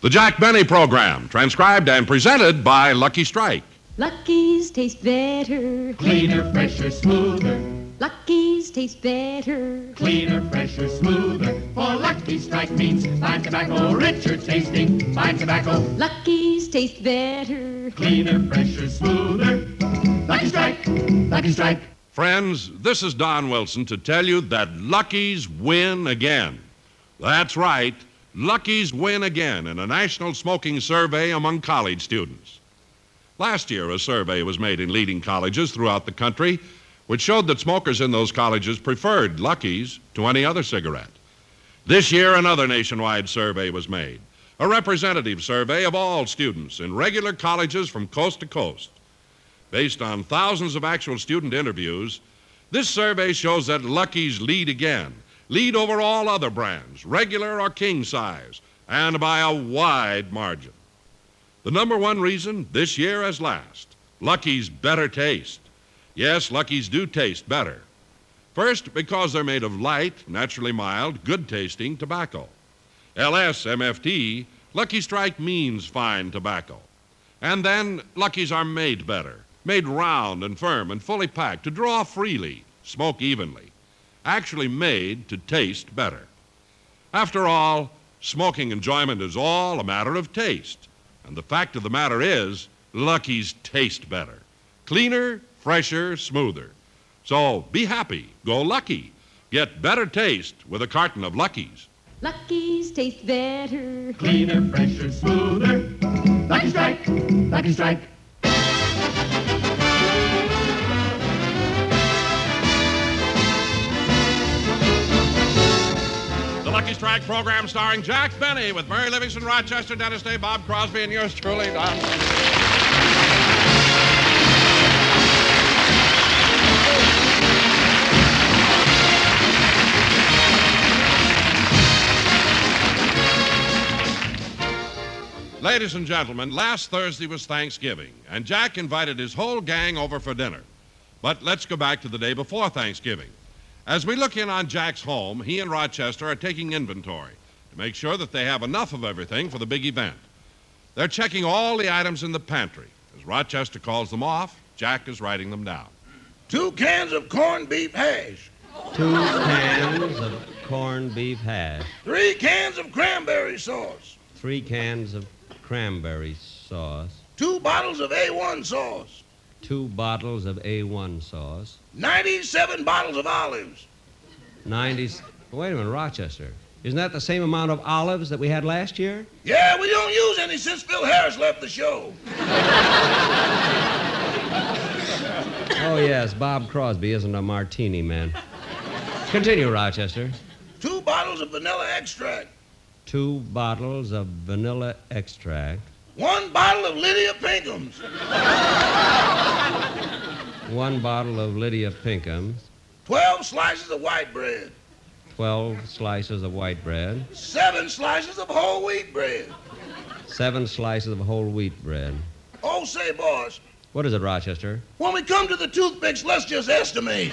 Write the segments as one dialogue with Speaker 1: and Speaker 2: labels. Speaker 1: The Jack Benny Program, transcribed and presented by Lucky Strike.
Speaker 2: Lucky's taste better.
Speaker 3: Cleaner, fresher, smoother.
Speaker 2: Lucky's taste better.
Speaker 3: Cleaner, fresher, smoother. For Lucky Strike means fine tobacco, richer tasting, fine tobacco.
Speaker 2: Lucky's taste better.
Speaker 3: Cleaner, fresher, smoother. Lucky Strike, Lucky Strike.
Speaker 1: Friends, this is Don Wilson to tell you that Lucky's win again. That's right, Lucky's win again in a national smoking survey among college students. Last year, a survey was made in leading colleges throughout the country which showed that smokers in those colleges preferred Lucky's to any other cigarette. This year, another nationwide survey was made, a representative survey of all students in regular colleges from coast to coast. Based on thousands of actual student interviews, this survey shows that Lucky's lead again, lead over all other brands, regular or king size, and by a wide margin. The number one reason, this year as last, Lucky's better taste. Yes, Luckies do taste better. First, because they're made of light, naturally mild, good tasting tobacco. LSMFT, Lucky Strike means fine tobacco. And then, Luckies are made better, made round and firm and fully packed to draw freely, smoke evenly, actually made to taste better. After all, smoking enjoyment is all a matter of taste. And the fact of the matter is, Luckies taste better. Cleaner, fresher, smoother. So be happy, go lucky. Get better taste with a carton of Luckies.
Speaker 2: Lucky's taste better.
Speaker 3: Cleaner, fresher, smoother. Lucky Strike, Lucky Strike.
Speaker 1: The Lucky Strike program starring Jack Benny with Mary Livingston, Rochester, Dennis Day, Bob Crosby, and yours truly, Don. Ladies and gentlemen, last Thursday was Thanksgiving, and Jack invited his whole gang over for dinner. But let's go back to the day before Thanksgiving. As we look in on Jack's home, he and Rochester are taking inventory to make sure that they have enough of everything for the big event. They're checking all the items in the pantry. As Rochester calls them off, Jack is writing them down.
Speaker 4: Two cans of corned beef hash.
Speaker 5: Two cans of corned beef hash.
Speaker 4: Three cans of cranberry sauce.
Speaker 5: Three cans of cranberry sauce.
Speaker 4: Two bottles of A1 sauce.
Speaker 5: Two bottles of A1 sauce.
Speaker 4: 97 bottles of olives.
Speaker 5: 90. s- Wait a minute, Rochester. Isn't that the same amount of olives that we had last year?
Speaker 4: Yeah, we don't use any since Phil Harris left the show.
Speaker 5: Oh, yes, Bob Crosby isn't a martini man. Continue, Rochester.
Speaker 4: Two bottles of vanilla extract.
Speaker 5: Two bottles of vanilla extract.
Speaker 4: One bottle of Lydia Pinkham's.
Speaker 5: One bottle of Lydia Pinkham's.
Speaker 4: 12 slices of white bread.
Speaker 5: Twelve slices of white bread.
Speaker 4: Seven slices of whole wheat bread.
Speaker 5: Seven slices of whole wheat bread.
Speaker 4: Oh, say, boss,
Speaker 5: What is it, Rochester?
Speaker 4: when we come to the toothpicks, let's just estimate.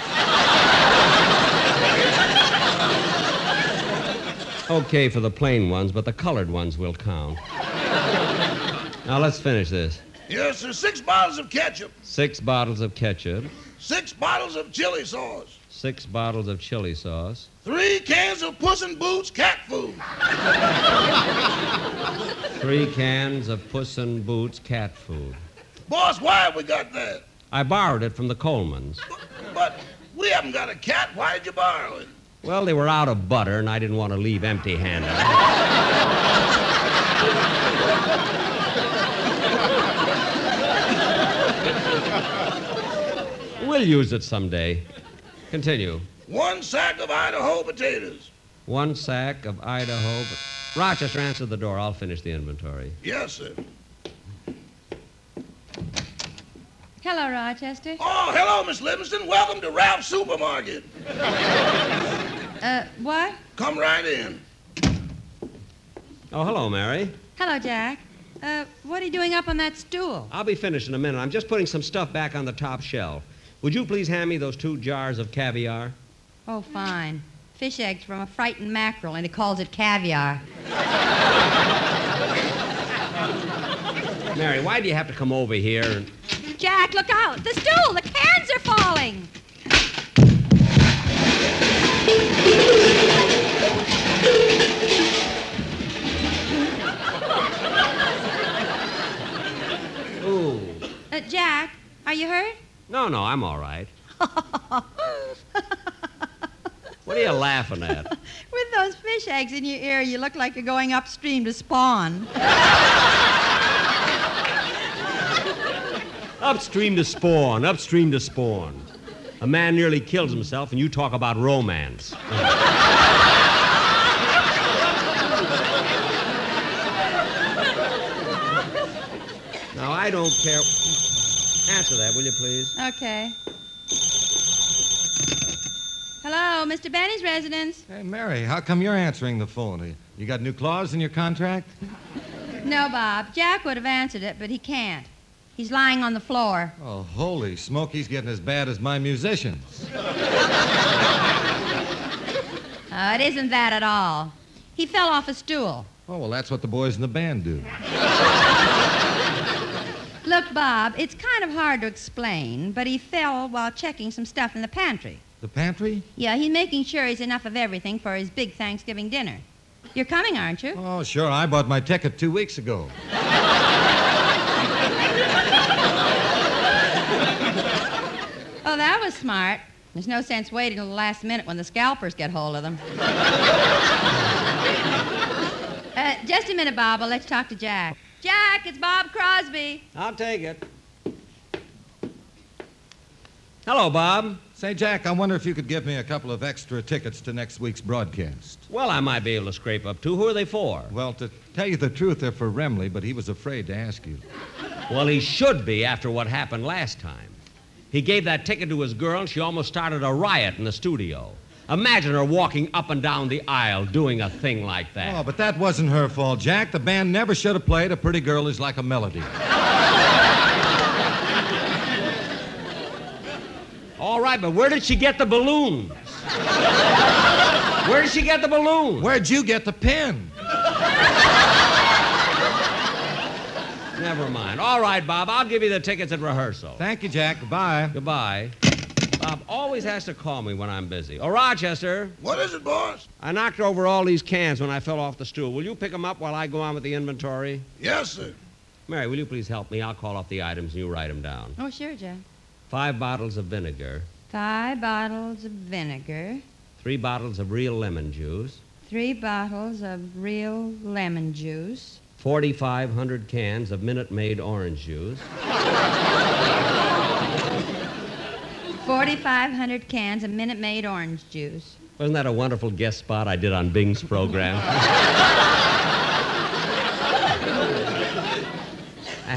Speaker 5: Okay for the plain ones, but the colored ones will count. now let's finish this.
Speaker 4: Yes, sir, six bottles of ketchup.
Speaker 5: Six bottles of ketchup,
Speaker 4: Six bottles of chili sauce.
Speaker 5: six bottles of chili sauce,
Speaker 4: Three cans of Puss in Boots cat food.
Speaker 5: three cans of Puss in Boots cat food.
Speaker 4: Boss, why have we got that?
Speaker 5: I borrowed it from the Colemans.
Speaker 4: But we haven't got a cat. Why'd you borrow it?
Speaker 5: Well, they were out of butter, and I didn't want to leave empty handed. we'll use it someday. Continue.
Speaker 4: One sack of Idaho potatoes.
Speaker 5: One sack of Idaho. But... Rochester, answer the door. I'll finish the inventory.
Speaker 4: Yes, sir.
Speaker 6: Hello, Rochester.
Speaker 4: Oh, hello, Miss Livingston. Welcome to Ralph's Supermarket.
Speaker 6: Uh, what?
Speaker 4: Come right in.
Speaker 5: Oh, hello, Mary.
Speaker 6: Hello, Jack. Uh, what are you doing up on that stool?
Speaker 5: I'll be finished in a minute. I'm just putting some stuff back on the top shelf. Would you please hand me those two jars of caviar?
Speaker 6: Oh, fine. Fish eggs from a frightened mackerel, and he calls it caviar.
Speaker 5: Mary, why do you have to come over here? And...
Speaker 6: Jack, look out! The stool! The cans are falling!
Speaker 5: Ooh.
Speaker 6: Uh, Jack, are you hurt?
Speaker 5: No, no, I'm all right. What are you laughing at?
Speaker 6: With those fish eggs in your ear, you look like you're going upstream to spawn.
Speaker 5: upstream to spawn, upstream to spawn. A man nearly kills himself, and you talk about romance. now, I don't care. Answer that, will you, please?
Speaker 6: Okay. Hello, Mr. Benny's residence.
Speaker 7: Hey, Mary, how come you're answering the phone? You- You got new clause in your contract?
Speaker 6: No, Bob. Jack would have answered it, but he can't. He's lying on the floor.
Speaker 7: Oh, holy smoke, he's getting as bad as my musician.
Speaker 6: Uh, it isn't that at all. He fell off a stool.
Speaker 7: Oh, well, that's what the boys in the band do.
Speaker 6: Look, Bob, it's kind of hard to explain, but he fell while checking some stuff in the pantry.
Speaker 7: The pantry?
Speaker 6: Yeah, he's making sure he's enough of everything for his big Thanksgiving dinner. You're coming, aren't you?
Speaker 7: Oh, sure, I bought my ticket two weeks ago.
Speaker 6: Oh, that was smart. There's no sense waiting till the last minute when the scalpers get hold of them. uh, just a minute, Bob. I'll let you talk to Jack. Jack, it's Bob Crosby.
Speaker 5: I'll take it. Hello, Bob.
Speaker 7: Say, Jack, I wonder if you could give me a couple of extra tickets to next week's broadcast.
Speaker 5: Well, I might be able to scrape up two. Who are they for?
Speaker 7: Well, to tell you the truth, they're for Remley, but he was afraid to ask you.
Speaker 5: Well, he should be after what happened last time. He gave that ticket to his girl, and she almost started a riot in the studio. Imagine her walking up and down the aisle doing a thing like that.
Speaker 7: Oh, but that wasn't her fault, Jack. The band never should have played A Pretty Girl Is Like a Melody.
Speaker 5: All right, but where did she get the balloons? where did she get the balloons?
Speaker 7: Where'd you get the pin?
Speaker 5: Never mind. All right, Bob, I'll give you the tickets at rehearsal.
Speaker 7: Thank you, Jack. Goodbye.
Speaker 5: Goodbye. Bob always has to call me when I'm busy. Oh, Rochester,
Speaker 4: What is it, boss?
Speaker 5: I knocked over all these cans when I fell off the stool. Will you pick them up while I go on with the inventory?
Speaker 4: Yes, sir.
Speaker 5: Mary, will you please help me? I'll call off the items and you write them down.
Speaker 6: Oh, sure, Jack.
Speaker 5: Five bottles of vinegar,
Speaker 6: Five bottles of vinegar,
Speaker 5: three bottles of real lemon juice,
Speaker 6: three bottles of real lemon juice,
Speaker 5: 4,500 cans of Minute Maid orange juice,
Speaker 6: 4,500 cans of Minute Maid orange juice.
Speaker 5: Wasn't that a wonderful guest spot I did on Bing's program? I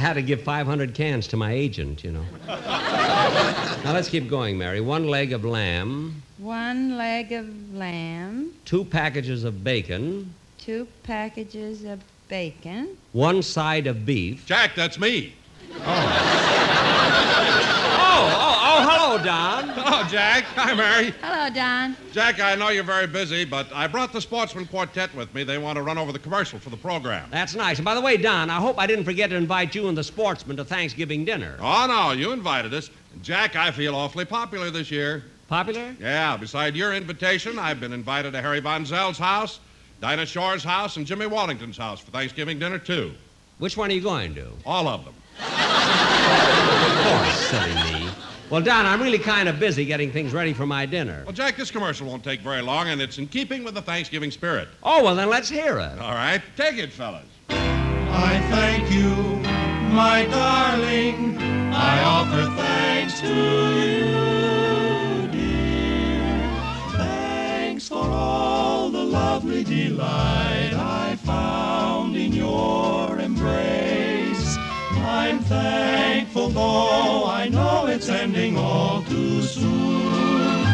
Speaker 5: had to give 500 cans to my agent, you know. now let's keep going, Mary. One leg of lamb,
Speaker 6: One leg of lamb,
Speaker 5: two packages of bacon,
Speaker 6: two packages of bacon.
Speaker 5: one side of beef.
Speaker 1: Jack, that's me.
Speaker 5: Oh, oh, oh, hello, Don.
Speaker 1: Oh, Jack. Hi, Mary.
Speaker 6: Hello, Don.
Speaker 1: Jack, I know you're very busy, but I brought the Sportsman Quartet with me. They want to run over the commercial for the program.
Speaker 5: That's nice. And by the way, Don, I hope I didn't forget to invite you and the sportsman to Thanksgiving dinner.
Speaker 1: Oh, no, you invited us. Jack, I feel awfully popular this year.
Speaker 5: Popular?
Speaker 1: Yeah, beside your invitation, I've been invited to Harry Von Zell's house, Dinah Shore's house, and Jimmy Wallington's house for Thanksgiving dinner, too.
Speaker 5: Which one are you going to?
Speaker 1: All of them.
Speaker 5: Oh, silly me. Well, Don, I'm really kind of busy getting things ready for my dinner.
Speaker 1: Well, Jack, this commercial won't take very long, and it's in keeping with the Thanksgiving spirit.
Speaker 5: Oh, well, then let's hear it.
Speaker 1: All right, take it, fellas.
Speaker 8: I thank you, my darling. I offer thanks to you, dear. Thanks for all the lovely delight I found in your embrace. I'm thankful, though I know it's ending all too soon.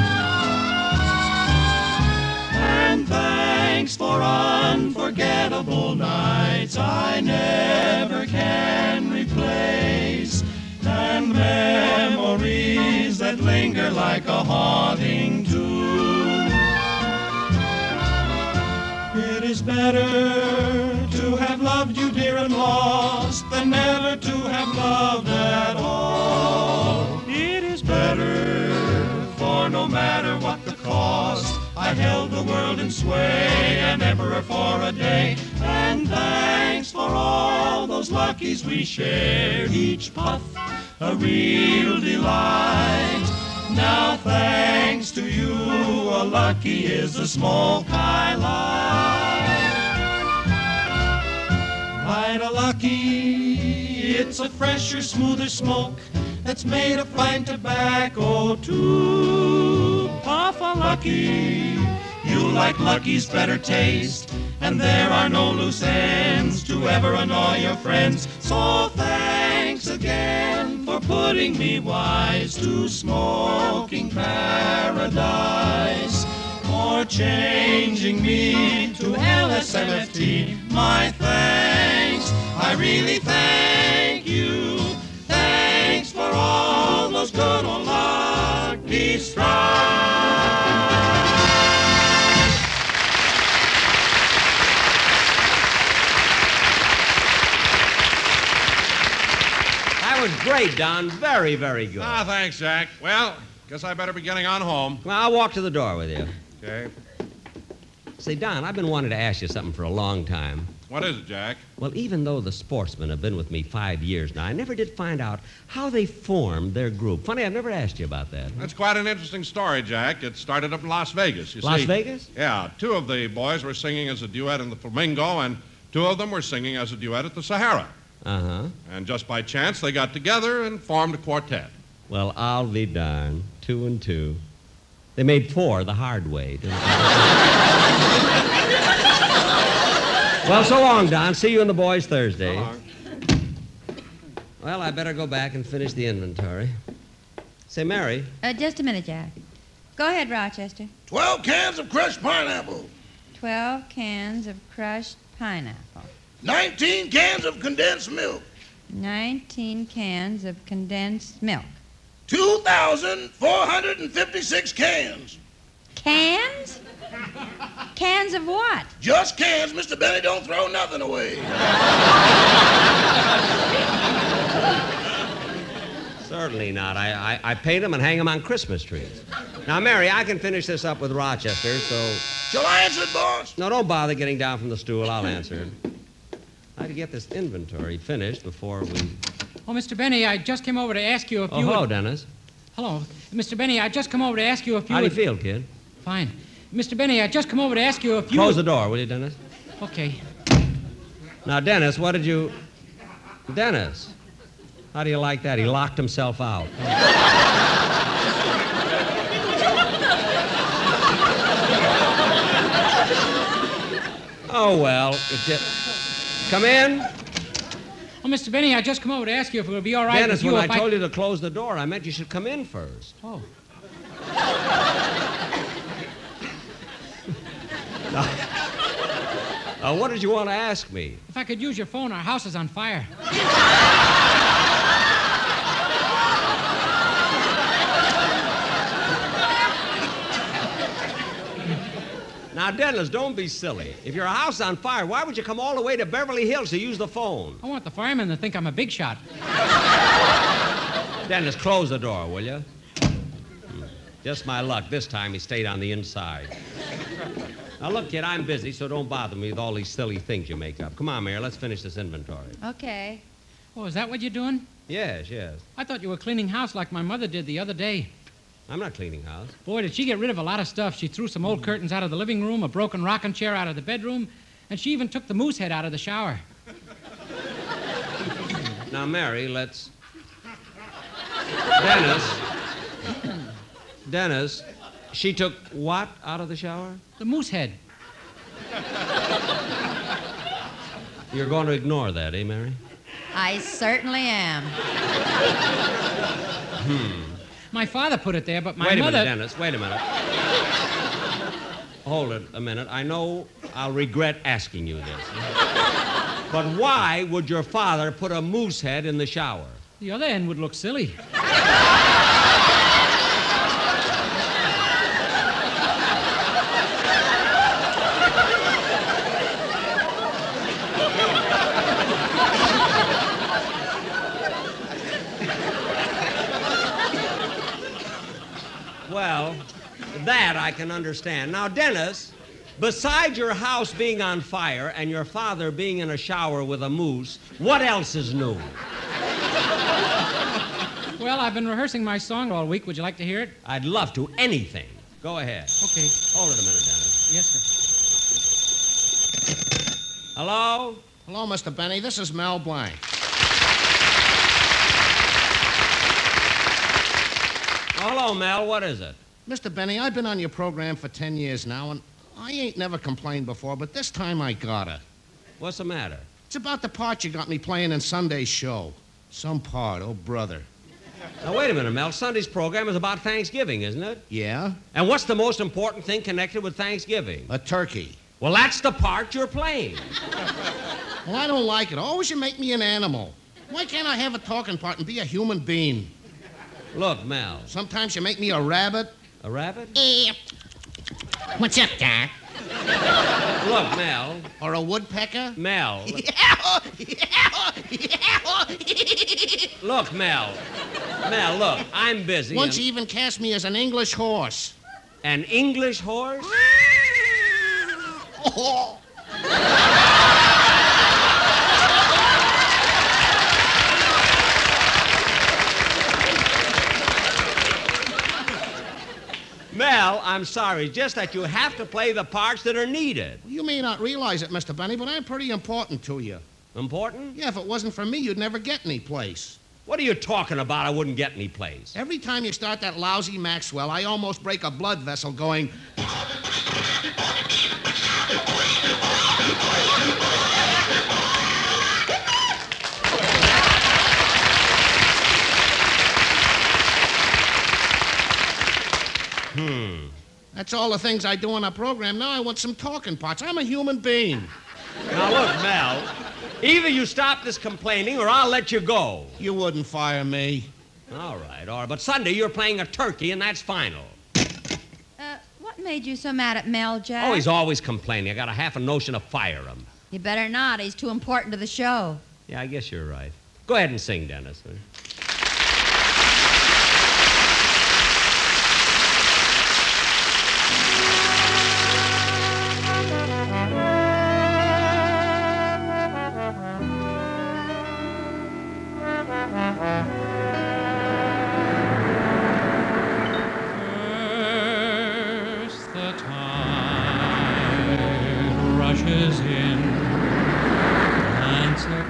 Speaker 8: And thanks for unforgettable nights I never can replace. And memories that linger like a haunting tune. It is better to have loved you, dear, and lost than never to and sway an emperor for a day. And thanks for all those luckies we shared. Each puff a real delight. Now thanks to you, a lucky is a smoke I light. Light a lucky, it's a fresher, smoother smoke that's made of fine tobacco too. Puff a lucky, you like lucky's better taste, and there are no loose ends to ever annoy your friends. So thanks again for putting me wise to smoking paradise. For changing me to LSMFT, my thanks, I really thank you thanks for all those good old lucky strikes.
Speaker 5: That was great, Don. Very, very good.
Speaker 1: Ah, thanks, Jack. Well, guess I better be getting on home.
Speaker 5: Well, I'll walk to the door with you.
Speaker 1: Okay.
Speaker 5: Say, Don, I've been wanting to ask you something for a long time.
Speaker 1: What is it, Jack?
Speaker 5: Well, even though the sportsmen have been with me five years now, I never did find out how they formed their group. Funny, I've never asked you about that.
Speaker 1: That's quite an interesting story, Jack. It started up in Las Vegas. You
Speaker 5: Las
Speaker 1: see,
Speaker 5: Vegas?
Speaker 1: Yeah, two of the boys were singing as a duet in the Flamingo, and two of them were singing as a duet at the Sahara.
Speaker 5: Uh huh.
Speaker 1: And just by chance, they got together and formed a quartet.
Speaker 5: Well, I'll be darned. Two and two. They made four the hard way. didn't they? well, so long, Don. See you and the boys Thursday. Well, I better go back and finish the inventory. Say, Mary,
Speaker 6: Uh, just a minute, Jack. Go ahead, Rochester.
Speaker 4: Twelve cans of crushed pineapple.
Speaker 6: Twelve cans of crushed pineapple.
Speaker 4: Nineteen cans of condensed milk.
Speaker 6: Nineteen cans of condensed milk.
Speaker 4: Two thousand four hundred and fifty-six cans.
Speaker 6: Cans? Cans of what?
Speaker 4: Just cans, Mr. Benny. Don't throw nothing away.
Speaker 5: Certainly not. I, I, I paint them and hang them on Christmas trees. Now, Mary, I can finish this up with Rochester, so.
Speaker 4: Shall I answer it, boss?
Speaker 5: No, don't bother getting down from the stool. I'll answer it. I would get this inventory finished before we.
Speaker 9: Oh, Mr. Benny, I just came over to ask you if
Speaker 5: Oh,
Speaker 9: you
Speaker 5: hello,
Speaker 9: would...
Speaker 5: Dennis.
Speaker 9: Hello. Mr. Benny, I just come over to ask you if you
Speaker 5: How do you
Speaker 9: would...
Speaker 5: feel, kid?
Speaker 9: Fine. Mr. Benny, I just come over to ask you if you...
Speaker 5: Close the door, will you, Dennis?
Speaker 9: Okay.
Speaker 5: Now, Dennis, what did you. Dennis, how do you like that? He locked himself out. oh, well. It just... Come in.
Speaker 9: Oh, Mr. Benny, I just come over to ask you if it would be all right
Speaker 5: Dennis,
Speaker 9: with you
Speaker 5: when I
Speaker 9: if
Speaker 5: told you to close the door, I meant you should come in first.
Speaker 9: Oh.
Speaker 5: Uh, what did you want to ask me?
Speaker 9: If I could use your phone, our house is on fire.
Speaker 5: Now, Dennis, don't be silly. If your house on fire, why would you come all the way to Beverly Hills to use the phone?
Speaker 9: I want the firemen to think I'm a big shot.
Speaker 5: Dennis, close the door, will you? Hmm. Just my luck. This time he stayed on the inside. Now, look, kid, I'm busy, so don't bother me with all these silly things you make up. Come on, Mayor, let's finish this inventory.
Speaker 6: Okay.
Speaker 9: Oh, is that what you're doing?
Speaker 5: Yes, yes.
Speaker 9: I thought you were cleaning house like my mother did the other day.
Speaker 5: I'm not cleaning house.
Speaker 9: Boy, did she get rid of a lot of stuff. She threw some old curtains out of the living room, a broken rocking chair out of the bedroom, and she even took the moose head out of the shower.
Speaker 5: Now, Mary, let's. Dennis. Dennis, she took what out of the shower?
Speaker 9: The moose head.
Speaker 5: You're going to ignore that, eh, Mary?
Speaker 6: I certainly am.
Speaker 5: Hmm.
Speaker 9: My father put it there, but my
Speaker 5: wait
Speaker 9: mother.
Speaker 5: a minute, Dennis. Wait a minute. Hold it a minute. I know I'll regret asking you this. but why would your father put a moose head in the shower?
Speaker 9: The other end would look silly.
Speaker 5: Well, that I can understand. Now, Dennis, Besides your house being on fire and your father being in a shower with a moose, what else is new?
Speaker 9: Well, I've been rehearsing my song all week. Would you like to hear it?
Speaker 5: I'd love to. Anything. Go ahead.
Speaker 9: Okay.
Speaker 5: Hold it a minute, Dennis.
Speaker 9: Yes, sir.
Speaker 5: Hello?
Speaker 10: Hello, Mr. Benny. This is Mel Blank.
Speaker 5: Hello, Mel. What is it?
Speaker 10: Mr. Benny, I've been on your program for 10 years now, and I ain't never complained before, but this time I gotta.
Speaker 5: What's the matter?
Speaker 10: It's about the part you got me playing in Sunday's show. Some part, oh, brother.
Speaker 5: Now, wait a minute, Mel. Sunday's program is about Thanksgiving, isn't it?
Speaker 10: Yeah?
Speaker 5: And what's the most important thing connected with Thanksgiving?
Speaker 10: A turkey.
Speaker 5: Well, that's the part you're playing.
Speaker 10: Well, I don't like it. Always you make me an animal. Why can't I have a talking part and be a human being?
Speaker 5: Look, Mel.
Speaker 10: Sometimes you make me a rabbit. Eh.
Speaker 5: A rabbit?
Speaker 10: What's up, Doc?
Speaker 5: Look, Mel.
Speaker 10: Or a woodpecker?
Speaker 5: Mel.
Speaker 10: Oh. Once
Speaker 5: Look, Mel. Mel, look. I'm busy.
Speaker 10: you
Speaker 5: and-
Speaker 10: even cast me as an English horse.
Speaker 5: An English horse?
Speaker 10: Oh,
Speaker 5: Mel, I'm sorry. Just that you have to play the parts that are needed.
Speaker 10: you may not realize it, Mr. Benny, but I'm pretty important to you.
Speaker 5: Important?
Speaker 10: Yeah, if it wasn't for me, you'd never get any place.
Speaker 5: What are you talking about? I wouldn't get any plays.
Speaker 10: Every time you start that lousy Maxwell, I almost break a blood vessel going,
Speaker 5: Hmm.
Speaker 10: that's all the things I do on a program. Now I want some talking parts. I'm a human being.
Speaker 5: Now look, Mel. Either you stop this complaining or I'll let you go.
Speaker 10: You wouldn't fire me.
Speaker 5: All right, all right. But Sunday you're playing a turkey and that's final.
Speaker 6: Uh, what made you so mad at Mel, Jack?
Speaker 5: Oh, he's always complaining. I got a half a notion to fire him.
Speaker 6: You better not. He's too important to the show.
Speaker 5: Yeah, I guess you're right. Go ahead and sing, Dennis. will you?
Speaker 9: First the tide rushes in, plants a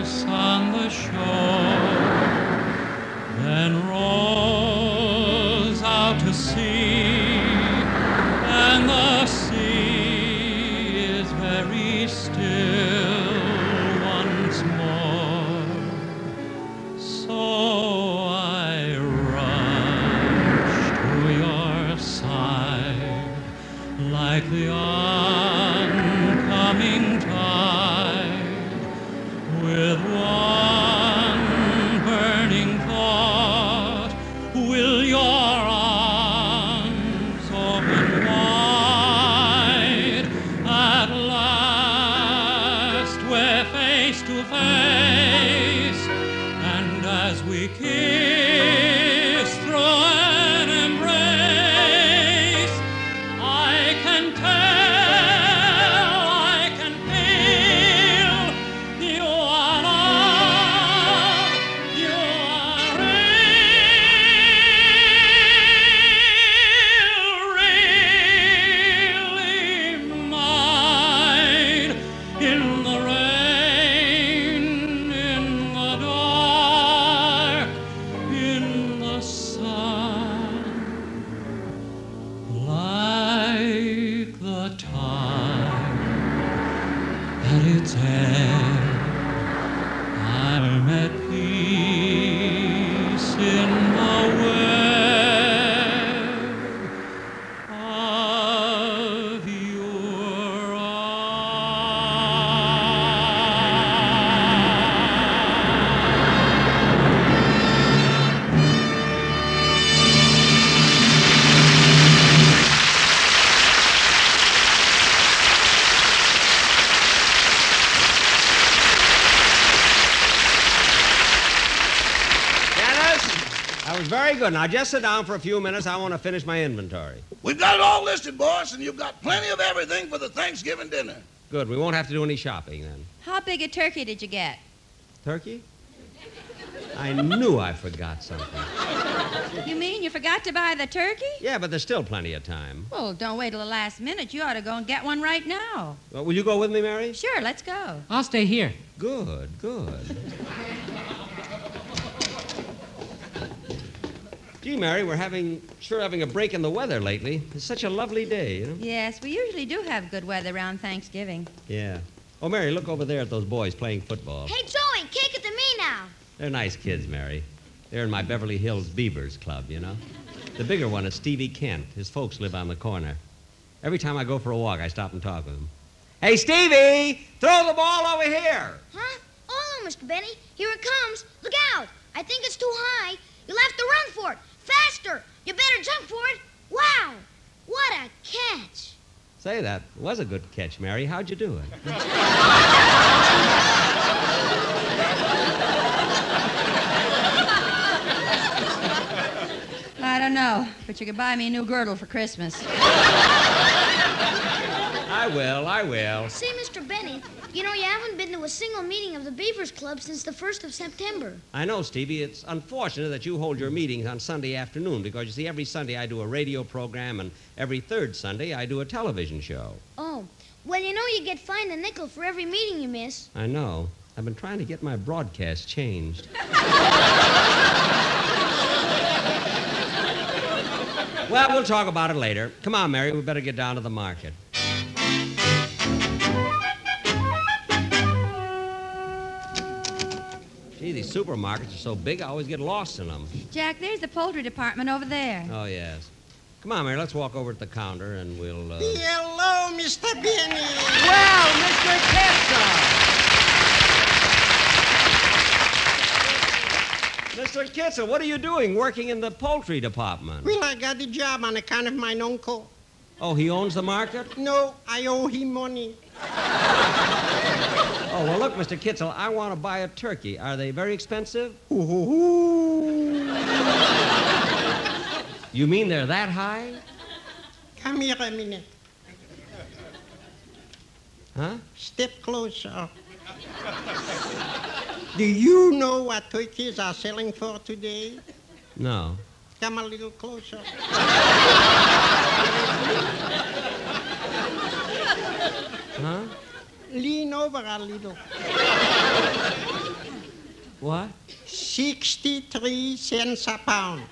Speaker 9: kiss on the shore, then rolls out to sea, and the sea is very still once more. So I rush to your side like the oncoming tide with one burning thought. Will your arms open wide at last? We're face to face, and as we kiss through an embrace, I can tell, I can feel you are love, you are real, really mine. In the rain, in the dark, in the sun like the time at its end. I'm at peace in the web of your arms.
Speaker 5: Dennis, I very good. Now just sit down for a few minutes. I want to finish my inventory.
Speaker 4: We've got it all listed, boss, and you've got plenty of everything for the Thanksgiving dinner.
Speaker 5: Good. We won't have to do any shopping then.
Speaker 6: How big a turkey did you get?
Speaker 5: Turkey? I knew I forgot something.
Speaker 6: You mean you forgot to buy the turkey?
Speaker 5: Yeah, but there's still plenty of time.
Speaker 6: Well, don't wait till the last minute. You ought to go and get one right now.
Speaker 5: Uh, will you go with me, Mary?
Speaker 6: Sure, let's go.
Speaker 9: I'll stay here.
Speaker 5: Good, good. Gee, Mary, we're having sure having a break in the weather lately. It's such a lovely day, you know.
Speaker 6: Yes, we usually do have good weather around Thanksgiving.
Speaker 5: Yeah. Oh, Mary, look over there at those boys playing football.
Speaker 11: Hey, Joey, kick it to me now.
Speaker 5: They're nice kids, Mary. They're in my Beverly Hills Beavers club, you know. The bigger one is Stevie Kent. His folks live on the corner. Every time I go for a walk, I stop and talk with him. Hey, Stevie, throw the ball over here.
Speaker 11: Huh? Oh, Mr. Benny, here it comes. Look out. I think it's too high. You'll have to run for it. Faster. You better jump for it. Wow. What a catch.
Speaker 5: Say, that was a good catch, Mary. How'd you do it?
Speaker 6: I don't know, but you could buy me a new girdle for Christmas.
Speaker 5: I will, I will.
Speaker 11: Say, Mr. Benny, you know, you haven't been to a single meeting of the Beavers Club since the 1st of September.
Speaker 5: I know, Stevie, it's unfortunate that you hold your meetings on Sunday afternoon because you see, every Sunday I do a radio program, and every third Sunday I do a television show.
Speaker 11: Oh, well, you know, you get fined a nickel for every meeting you miss.
Speaker 5: I know. I've been trying to get my broadcast changed. well, we'll talk about it later. Come on, Mary, we better get down to the market. Gee, these supermarkets are so big, I always get lost in them.
Speaker 6: Jack, there's the poultry department over there.
Speaker 5: Oh, yes. Come on, Mary, let's walk over to the counter and we'll. Uh...
Speaker 12: Hello, Mr. Benny.
Speaker 5: Well, Mr. Kitzel. Mr. Kitzel, what are you doing working in the poultry department?
Speaker 12: Well, I got the job on account of my uncle.
Speaker 5: Oh, he owns the market?
Speaker 12: No, I owe him money.
Speaker 5: Oh, well, look, Mr. Kitzel, I want to buy a turkey. Are they very expensive? You mean they're that high?
Speaker 12: Come here a minute.
Speaker 5: Huh?
Speaker 12: Step closer. Do you know what turkeys are selling for today?
Speaker 5: No.
Speaker 12: Come a little closer.
Speaker 5: Huh?
Speaker 12: Lean over a little.
Speaker 5: What?
Speaker 12: 63 cents a pound.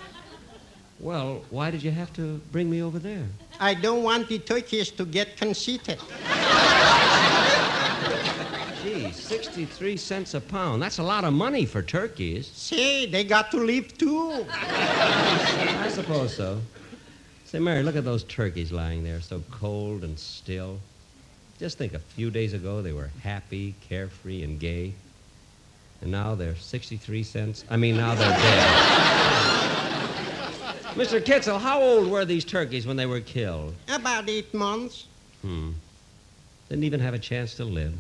Speaker 5: Well, why did you have to bring me over there?
Speaker 12: I don't want the turkeys to get conceited.
Speaker 5: Gee, 63 cents a pound. That's a lot of money for turkeys.
Speaker 12: Say, they got to live too.
Speaker 5: I suppose so. Say, Mary, look at those turkeys lying there, so cold and still. Just think, a few days ago they were happy, carefree, and gay. And now they're 63 cents. I mean, now they're dead. Mr. Kitzel, how old were these turkeys when they were killed?
Speaker 12: About eight months.
Speaker 5: Hmm. Didn't even have a chance to live.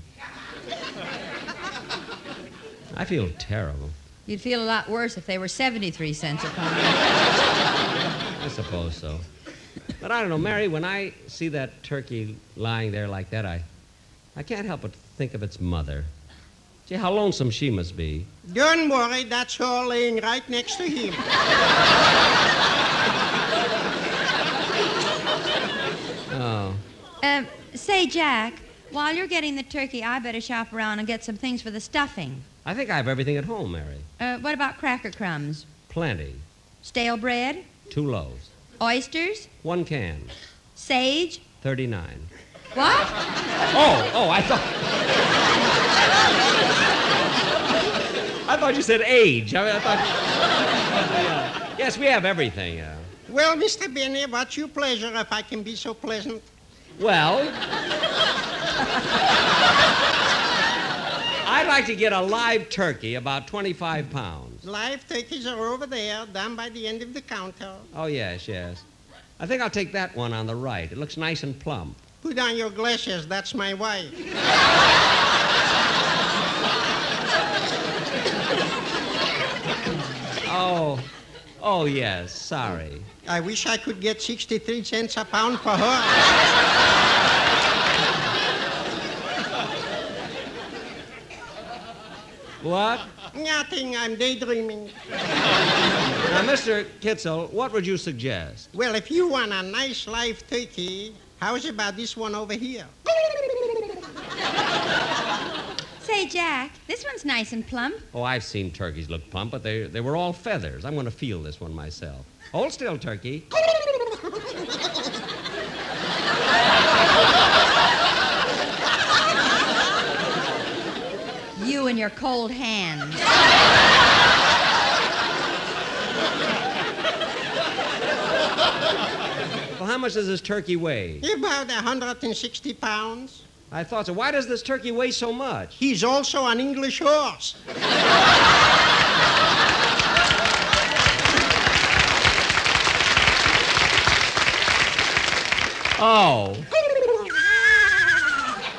Speaker 5: I feel terrible,
Speaker 6: You'd feel a lot worse if they were 73 cents a pound.
Speaker 5: I suppose so. But I don't know, Mary, when I see that turkey lying there like that, I, I can't help but think of its mother. Gee, how lonesome she must be.
Speaker 12: Don't worry, that's her laying right next to him.
Speaker 5: Oh.
Speaker 6: Um, say, Jack, while you're getting the turkey, I better shop around and get some things for the stuffing.
Speaker 5: I think I have everything at home, Mary.
Speaker 6: Uh, what about cracker crumbs?
Speaker 5: Plenty.
Speaker 6: Stale bread?
Speaker 5: Two loaves.
Speaker 6: Oysters?
Speaker 5: One can.
Speaker 6: Sage?
Speaker 5: 39.
Speaker 6: What?
Speaker 5: Oh, oh, I thought. I thought you said age. I, mean, I thought. Yeah. Yes, we have everything. Uh,
Speaker 12: Well, Mr. Benny, what's your pleasure if I can be so pleasant?
Speaker 5: well. I'd like to get a live turkey, about 25 pounds.
Speaker 12: Live turkeys are over there, down by the end of the counter.
Speaker 5: Oh, yes, yes. I think I'll take that one on the right. It looks nice and plump.
Speaker 12: Put on your glasses, that's my wife.
Speaker 5: Oh, Oh, yes, sorry.
Speaker 12: I wish I could get 63 cents a pound for her.
Speaker 5: What?
Speaker 12: Nothing, I'm daydreaming.
Speaker 5: Now, Mr. Kitzel, what would you suggest?
Speaker 12: Well, if you want a nice live turkey, how's about this one over here?
Speaker 6: Say, Jack, this one's nice and plump.
Speaker 5: Oh, I've seen turkeys look plump, but they, they were all feathers. I'm going to feel this one myself. Hold still, turkey.
Speaker 6: You and your cold hands.
Speaker 5: Well, how much does this turkey weigh?
Speaker 12: About 160 pounds.
Speaker 5: I thought so. Why does this turkey weigh so much?
Speaker 12: He's also an English horse.
Speaker 5: Oh.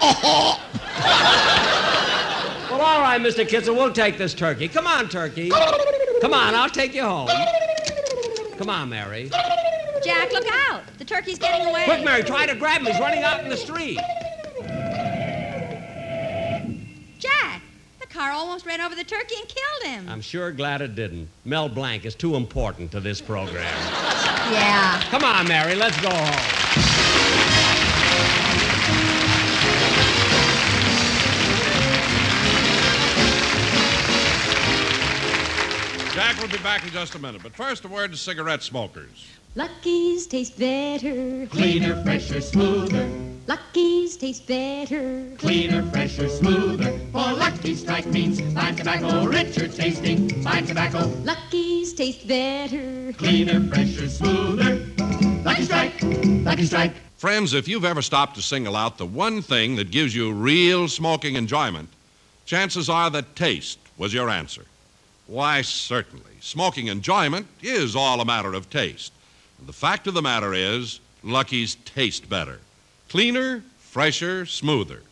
Speaker 5: well, all right, Mr. Kitzel, we'll take this turkey. Come on, turkey. Come on, I'll take you home. Come on, Mary.
Speaker 6: Jack, look out. The turkey's getting away.
Speaker 5: Quick, Mary, try to grab him. He's running out in the street.
Speaker 6: Jack, the car almost ran over the turkey and killed him.
Speaker 5: I'm sure glad it didn't. Mel Blanc is too important to this program.
Speaker 6: Yeah.
Speaker 5: Come on, Mary, let's go home.
Speaker 1: Jack will be back in just a minute, but first a word to cigarette smokers.
Speaker 2: Lucky's taste better.
Speaker 3: Cleaner, fresher, smoother.
Speaker 2: Lucky's taste better.
Speaker 3: Cleaner, fresher, smoother. For Lucky Strike means fine tobacco, richer tasting. Fine tobacco.
Speaker 2: Lucky's taste better.
Speaker 3: Cleaner, fresher, smoother. Lucky Strike. Lucky Strike.
Speaker 1: Friends, if you've ever stopped to single out the one thing that gives you real smoking enjoyment, chances are that taste was your answer. Why, certainly, smoking enjoyment is all a matter of taste. And the fact of the matter is, Lucky's taste better. Cleaner, fresher, smoother.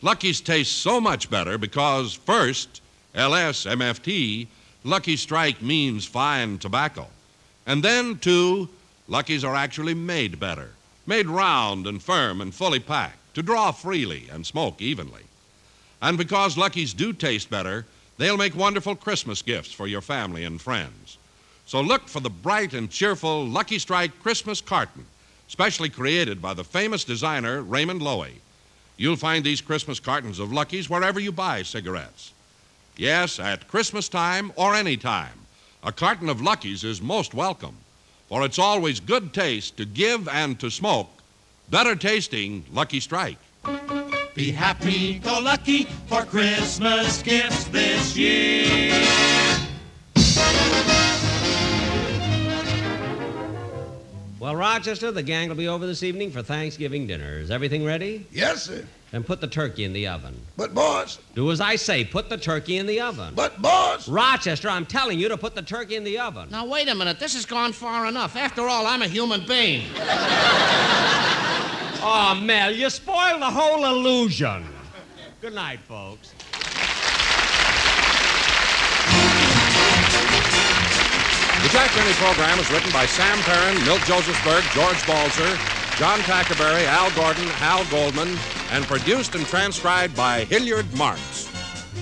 Speaker 1: Lucky's taste so much better because, first, LSMFT, Lucky Strike means fine tobacco. And then, two, Luckies are actually made better, made round and firm and fully packed to draw freely and smoke evenly. And because Luckies do taste better, they'll make wonderful Christmas gifts for your family and friends. So look for the bright and cheerful Lucky Strike Christmas carton, specially created by the famous designer Raymond Loewy. You'll find these Christmas cartons of Luckies wherever you buy cigarettes. Yes, at Christmas time or any time, a carton of Luckies is most welcome, for it's always good taste to give and to smoke better tasting Lucky Strike.
Speaker 8: Be happy, go lucky for Christmas gifts this year.
Speaker 5: Well, Rochester, the gang will be over this evening for Thanksgiving dinner. Is everything ready?
Speaker 4: Yes, sir.
Speaker 5: Then put the turkey in the oven.
Speaker 4: But, boss,
Speaker 5: Do as I say, put the turkey in the oven.
Speaker 4: but, boss,
Speaker 5: Rochester, I'm telling you to put the turkey in the oven.
Speaker 10: Now, wait a minute. This has gone far enough. After all, I'm a human being.
Speaker 5: Oh, Mel, you spoiled the whole illusion. Good night, folks.
Speaker 1: The Jack Benny program is written by Sam Perrin, Milt Josephsberg, George Balzer, John Tackerberry, Al Gordon, Hal Goldman, and produced and transcribed by Hilliard Marks.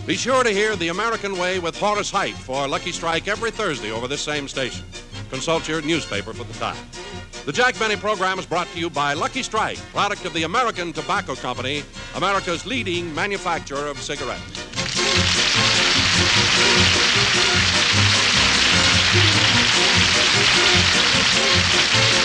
Speaker 1: Be sure to hear The American Way with Horace Height for Lucky Strike every Thursday over this same station. Consult your newspaper for the time. The Jack Benny program is brought to you by Lucky Strike, product of the American Tobacco Company, America's leading manufacturer of cigarettes.
Speaker 3: Thank you.